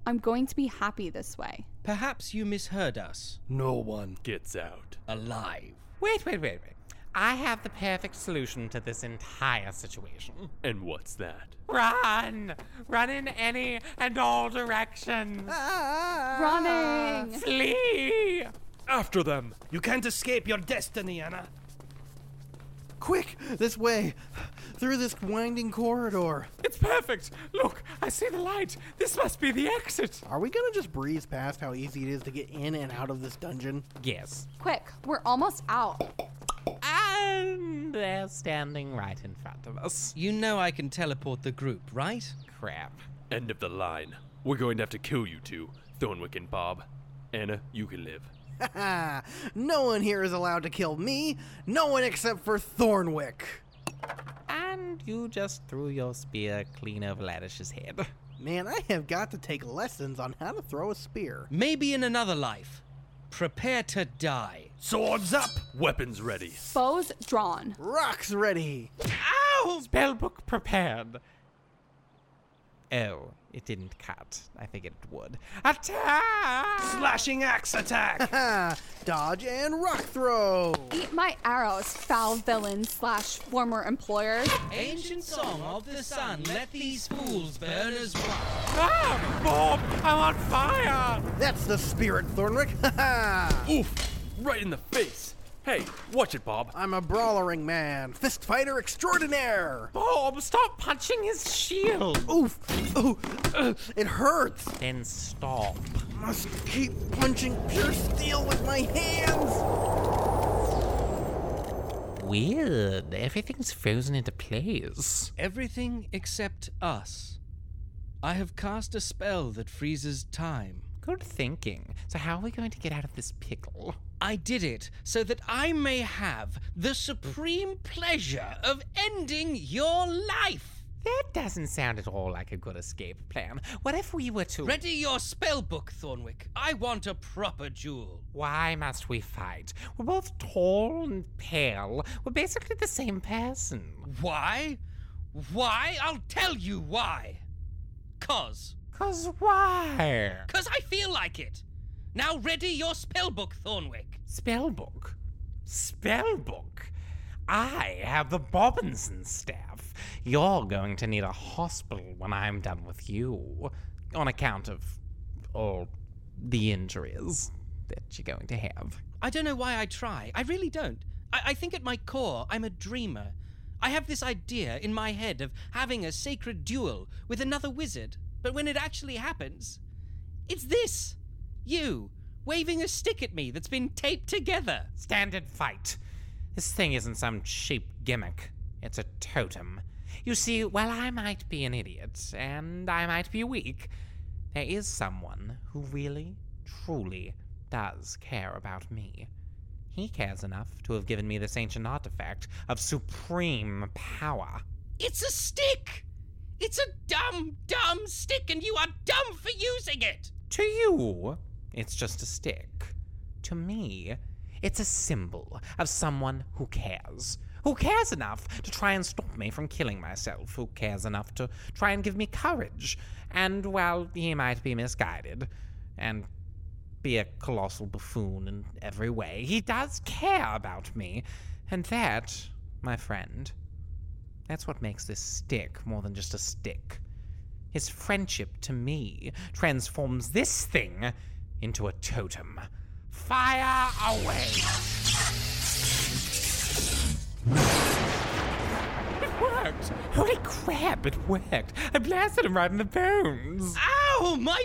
[SPEAKER 6] I'm going to be happy this way.
[SPEAKER 10] Perhaps you misheard us.
[SPEAKER 11] No one
[SPEAKER 13] gets out
[SPEAKER 10] alive.
[SPEAKER 3] Wait, wait, wait, wait. I have the perfect solution to this entire situation.
[SPEAKER 13] And what's that?
[SPEAKER 3] Run! Run in any and all directions!
[SPEAKER 4] Ah.
[SPEAKER 6] Running!
[SPEAKER 3] Flee!
[SPEAKER 13] After them!
[SPEAKER 11] You can't escape your destiny, Anna.
[SPEAKER 4] Quick, this way, through this winding corridor.
[SPEAKER 5] It's perfect! Look, I see the light! This must be the exit!
[SPEAKER 4] Are we gonna just breeze past how easy it is to get in and out of this dungeon?
[SPEAKER 3] Yes.
[SPEAKER 6] Quick, we're almost out.
[SPEAKER 3] And they're standing right in front of us.
[SPEAKER 10] You know I can teleport the group, right?
[SPEAKER 3] Crap.
[SPEAKER 13] End of the line. We're going to have to kill you two, Thornwick and Bob. Anna, you can live.
[SPEAKER 4] no one here is allowed to kill me. No one except for Thornwick.
[SPEAKER 3] And you just threw your spear clean over Ladish's head.
[SPEAKER 4] Man, I have got to take lessons on how to throw a spear.
[SPEAKER 10] Maybe in another life. Prepare to die.
[SPEAKER 11] Swords up!
[SPEAKER 13] Weapons ready.
[SPEAKER 6] Bows drawn.
[SPEAKER 4] Rocks ready.
[SPEAKER 3] Ow! Spellbook prepared. Oh, it didn't cut. I figured it would. Attack!
[SPEAKER 11] Slashing axe attack!
[SPEAKER 4] Dodge and rock throw.
[SPEAKER 6] Eat my arrows, foul villain slash former employer.
[SPEAKER 10] Ancient song of the sun, let these fools burn as one.
[SPEAKER 5] Ah! Bob! I'm on fire!
[SPEAKER 4] That's the spirit, Thornwick.
[SPEAKER 13] Oof! Right in the face. Hey, watch it, Bob.
[SPEAKER 4] I'm a brawling man, fist fighter extraordinaire.
[SPEAKER 5] Bob, stop punching his shield!
[SPEAKER 4] Oof! Ooh! uh, it hurts.
[SPEAKER 3] Then stop.
[SPEAKER 4] Must keep punching pure steel with my hands.
[SPEAKER 3] Weird. Everything's frozen into place.
[SPEAKER 10] Everything except us. I have cast a spell that freezes time.
[SPEAKER 3] Good thinking. So, how are we going to get out of this pickle?
[SPEAKER 10] I did it so that I may have the supreme pleasure of ending your life.
[SPEAKER 3] That doesn't sound at all like a good escape plan. What if we were to.
[SPEAKER 10] Ready your spell book, Thornwick. I want a proper duel.
[SPEAKER 3] Why must we fight? We're both tall and pale. We're basically the same person.
[SPEAKER 10] Why? Why? I'll tell you why. Cause.
[SPEAKER 3] Cause why?
[SPEAKER 10] Cause I feel like it. Now ready your spellbook, Thornwick.
[SPEAKER 3] Spellbook. Spellbook? I have the Bobinson staff. You're going to need a hospital when I'm done with you. On account of all the injuries that you're going to have.
[SPEAKER 10] I don't know why I try. I really don't. I, I think at my core, I'm a dreamer. I have this idea in my head of having a sacred duel with another wizard, but when it actually happens, it's this you waving a stick at me that's been taped together.
[SPEAKER 3] Standard fight. This thing isn't some cheap gimmick, it's a totem. You see, while I might be an idiot and I might be weak, there is someone who really, truly does care about me. He cares enough to have given me this ancient artifact of supreme power.
[SPEAKER 10] It's a stick! It's a dumb, dumb stick, and you are dumb for using it!
[SPEAKER 3] To you, it's just a stick. To me, it's a symbol of someone who cares, Who cares enough to try and stop me from killing myself? Who cares enough to try and give me courage? And while he might be misguided and be a colossal buffoon in every way, he does care about me. And that, my friend, that's what makes this stick more than just a stick. His friendship to me transforms this thing into a totem. Fire away! It worked! Holy crap, it worked! I blasted him right in the bones! Ow, my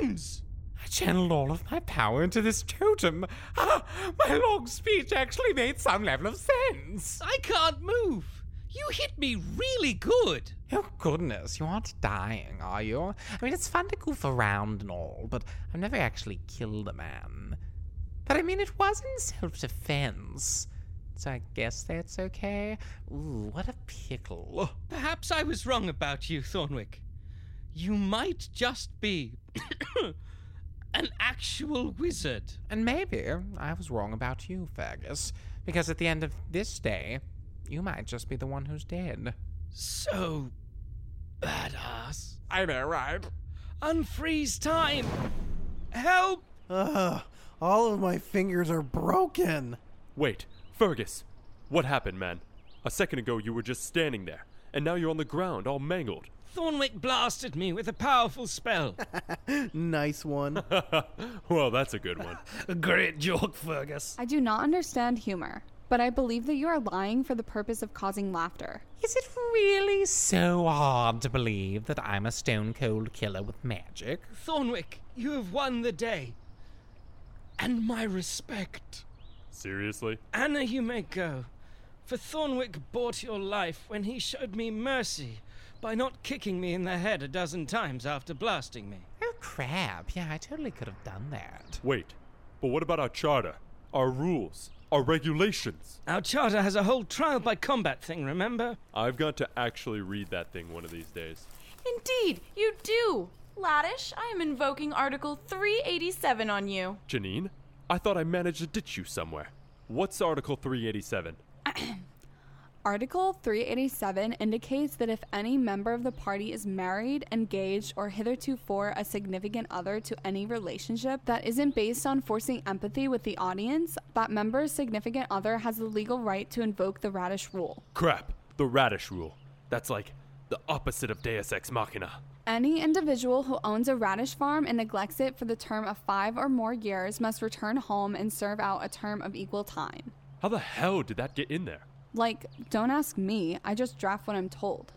[SPEAKER 3] bones! I channeled all of my power into this totem. Ah, my long speech actually made some level of sense! I can't move! You hit me really good! Oh, goodness, you aren't dying, are you? I mean, it's fun to goof around and all, but I've never actually killed a man. But I mean, it was in self defense. So I guess that's okay. Ooh, what a pickle.
[SPEAKER 10] Perhaps I was wrong about you, Thornwick. You might just be an actual wizard.
[SPEAKER 3] And maybe I was wrong about you, Fergus, because at the end of this day, you might just be the one who's dead.
[SPEAKER 10] So badass.
[SPEAKER 3] I know, right?
[SPEAKER 10] Unfreeze time! Help!
[SPEAKER 4] Ugh, all of my fingers are broken.
[SPEAKER 13] Wait, Fergus, what happened, man? A second ago you were just standing there, and now you're on the ground, all mangled.
[SPEAKER 10] Thornwick blasted me with a powerful spell.
[SPEAKER 4] nice one.
[SPEAKER 13] well, that's a good one.
[SPEAKER 11] Great joke, Fergus.
[SPEAKER 6] I do not understand humor, but I believe that you are lying for the purpose of causing laughter.
[SPEAKER 3] Is it really so hard to believe that I'm a stone cold killer with magic?
[SPEAKER 10] Thornwick, you have won the day. And my respect.
[SPEAKER 13] Seriously?
[SPEAKER 10] Anna, you may go. For Thornwick bought your life when he showed me mercy by not kicking me in the head a dozen times after blasting me.
[SPEAKER 3] Oh, crap. Yeah, I totally could have done that.
[SPEAKER 13] Wait, but what about our charter? Our rules? Our regulations?
[SPEAKER 10] Our charter has a whole trial by combat thing, remember?
[SPEAKER 13] I've got to actually read that thing one of these days.
[SPEAKER 14] Indeed, you do. Laddish, I am invoking Article 387 on you.
[SPEAKER 13] Janine, I thought I managed to ditch you somewhere. What's Article 387?
[SPEAKER 6] Article 387 indicates that if any member of the party is married, engaged, or heretofore a significant other to any relationship that isn't based on forcing empathy with the audience, that member's significant other has the legal right to invoke the radish rule.
[SPEAKER 13] Crap, the radish rule. That's like the opposite of Deus Ex Machina.
[SPEAKER 6] Any individual who owns a radish farm and neglects it for the term of five or more years must return home and serve out a term of equal time.
[SPEAKER 13] How the hell did that get in there?
[SPEAKER 6] Like, don't ask me. I just draft what I'm told.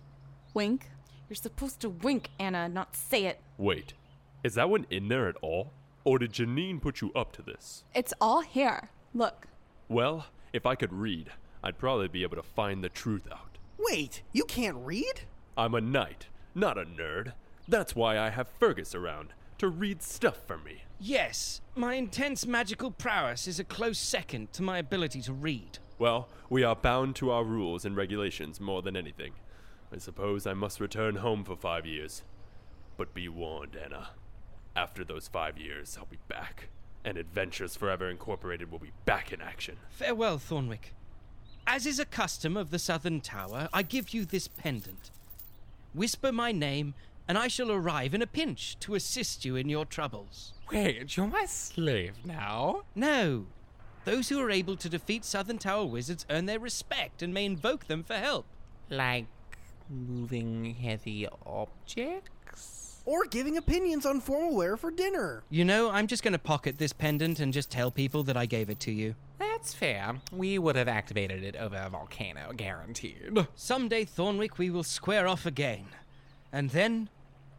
[SPEAKER 6] Wink.
[SPEAKER 14] You're supposed to wink, Anna, not say it.
[SPEAKER 13] Wait, is that one in there at all? Or did Janine put you up to this?
[SPEAKER 6] It's all here. Look.
[SPEAKER 13] Well, if I could read, I'd probably be able to find the truth out.
[SPEAKER 4] Wait, you can't read?
[SPEAKER 13] I'm a knight, not a nerd. That's why I have Fergus around, to read stuff for me.
[SPEAKER 10] Yes, my intense magical prowess is a close second to my ability to read.
[SPEAKER 13] Well, we are bound to our rules and regulations more than anything. I suppose I must return home for five years. But be warned, Anna. After those five years, I'll be back. And Adventures Forever Incorporated will be back in action.
[SPEAKER 10] Farewell, Thornwick. As is a custom of the Southern Tower, I give you this pendant. Whisper my name, and I shall arrive in a pinch to assist you in your troubles.
[SPEAKER 3] Wait, you're my slave now?
[SPEAKER 10] No, those who are able to defeat Southern Tower wizards earn their respect and may invoke them for help.
[SPEAKER 3] Like moving heavy objects?
[SPEAKER 4] Or giving opinions on formal wear for dinner.
[SPEAKER 10] You know, I'm just going to pocket this pendant and just tell people that I gave it to you.
[SPEAKER 3] That's fair. We would have activated it over a volcano, guaranteed.
[SPEAKER 10] Someday, Thornwick, we will square off again. And then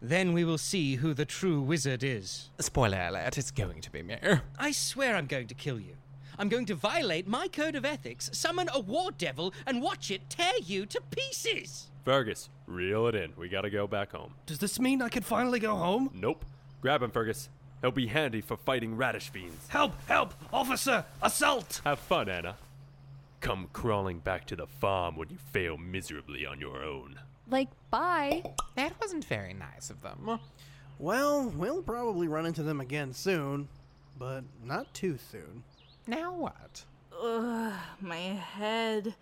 [SPEAKER 10] then we will see who the true wizard is.
[SPEAKER 3] Spoiler alert, it's going to be me.
[SPEAKER 10] I swear I'm going to kill you. I'm going to violate my code of ethics, summon a war devil, and watch it tear you to pieces.
[SPEAKER 13] Fergus, reel it in. We gotta go back home.
[SPEAKER 11] Does this mean I can finally go home?
[SPEAKER 13] Nope. Grab him, Fergus. He'll be handy for fighting radish fiends.
[SPEAKER 11] Help! Help! Officer! Assault!
[SPEAKER 13] Have fun, Anna. Come crawling back to the farm when you fail miserably on your own.
[SPEAKER 6] Like, bye.
[SPEAKER 3] That wasn't very nice of them.
[SPEAKER 4] Well, we'll probably run into them again soon, but not too soon.
[SPEAKER 3] Now what?
[SPEAKER 14] Ugh, my head.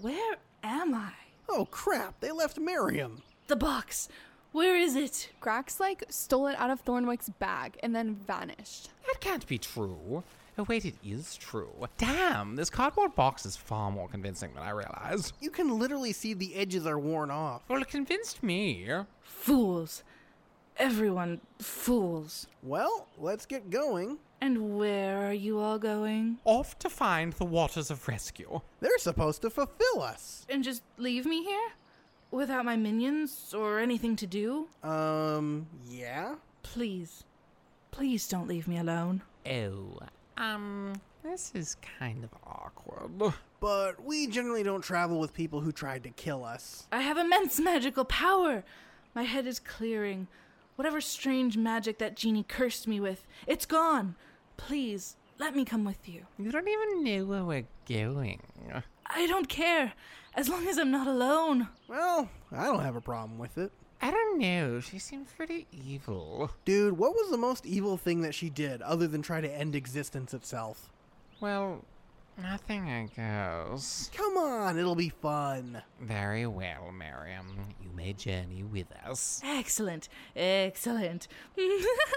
[SPEAKER 12] Where am I?
[SPEAKER 4] Oh crap, they left Miriam.
[SPEAKER 12] The box. Where is it?
[SPEAKER 6] Grax, like, stole it out of Thornwick's bag and then vanished.
[SPEAKER 3] That can't be true. Oh, wait, it is true. Damn, this cardboard box is far more convincing than I realized.
[SPEAKER 4] You can literally see the edges are worn off.
[SPEAKER 3] Well, it convinced me.
[SPEAKER 12] Fools. Everyone, fools.
[SPEAKER 4] Well, let's get going.
[SPEAKER 12] And where are you all going?
[SPEAKER 3] Off to find the waters of rescue.
[SPEAKER 4] They're supposed to fulfill us.
[SPEAKER 12] And just leave me here? Without my minions or anything to do?
[SPEAKER 4] Um, yeah?
[SPEAKER 12] Please. Please don't leave me alone.
[SPEAKER 3] Oh, um, this is kind of awkward.
[SPEAKER 4] But we generally don't travel with people who tried to kill us.
[SPEAKER 12] I have immense magical power. My head is clearing. Whatever strange magic that genie cursed me with, it's gone. Please, let me come with you.
[SPEAKER 3] You don't even know where we're going.
[SPEAKER 12] I don't care, as long as I'm not alone.
[SPEAKER 4] Well, I don't have a problem with it.
[SPEAKER 3] I don't know, she seems pretty e- evil.
[SPEAKER 4] Dude, what was the most evil thing that she did other than try to end existence itself?
[SPEAKER 3] Well, nothing, I guess.
[SPEAKER 4] Come on, it'll be fun.
[SPEAKER 3] Very well, Miriam. You may journey with us.
[SPEAKER 12] Excellent, excellent.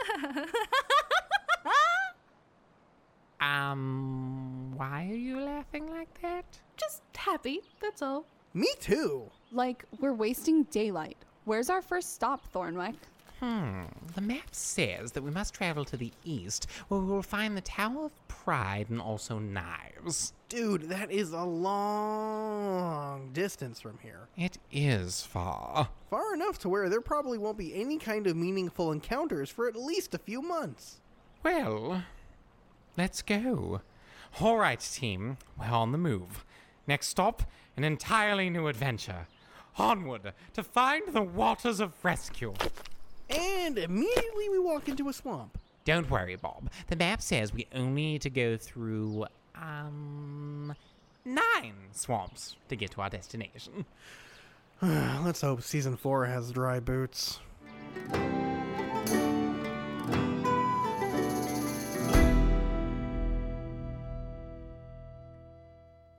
[SPEAKER 3] um, why are you laughing like that?
[SPEAKER 12] Just happy, that's all.
[SPEAKER 4] Me too.
[SPEAKER 6] Like, we're wasting daylight. Where's our first stop, Thornwick?
[SPEAKER 3] Hmm. The map says that we must travel to the east, where we will find the Tower of Pride and also knives.
[SPEAKER 4] Dude, that is a long distance from here.
[SPEAKER 3] It is far.
[SPEAKER 4] Far enough to where there probably won't be any kind of meaningful encounters for at least a few months.
[SPEAKER 3] Well, let's go. All right, team, we're Hmm, on the move. Next stop, an entirely new adventure. Onward to find the waters of rescue.
[SPEAKER 4] And immediately we walk into a swamp.
[SPEAKER 3] Don't worry, Bob. The map says we only need to go through, um, nine swamps to get to our destination.
[SPEAKER 4] Let's hope season four has dry boots.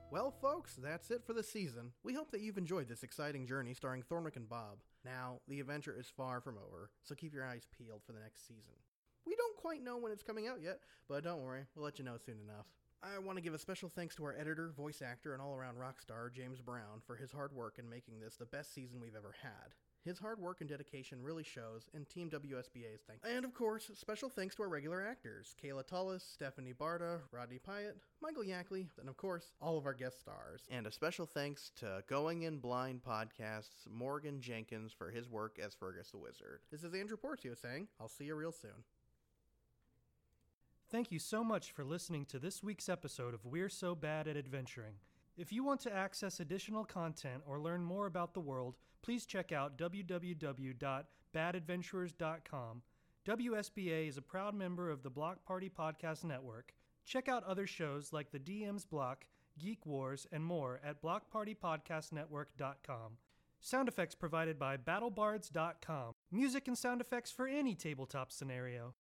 [SPEAKER 4] Well, folks, that's it for the season. We hope that you've enjoyed this exciting journey starring Thornwick and Bob. Now, the adventure is far from over, so keep your eyes peeled for the next season. We don't quite know when it's coming out yet, but don't worry, we'll let you know soon enough. I want to give a special thanks to our editor, voice actor, and all around rock star, James Brown, for his hard work in making this the best season we've ever had. His hard work and dedication really shows, and Team WSBA's thanks. And of course, special thanks to our regular actors Kayla Tullis, Stephanie Barda, Rodney Pyatt, Michael Yackley, and of course, all of our guest stars. And a special thanks to Going In Blind Podcast's Morgan Jenkins for his work as Fergus the Wizard. This is Andrew Portio saying, I'll see you real soon.
[SPEAKER 15] Thank you so much for listening to this week's episode of We're So Bad at Adventuring. If you want to access additional content or learn more about the world, please check out www.badadventurers.com. WSBA is a proud member of the Block Party Podcast Network. Check out other shows like The DM's Block, Geek Wars, and more at blockpartypodcastnetwork.com. Sound effects provided by battlebards.com. Music and sound effects for any tabletop scenario.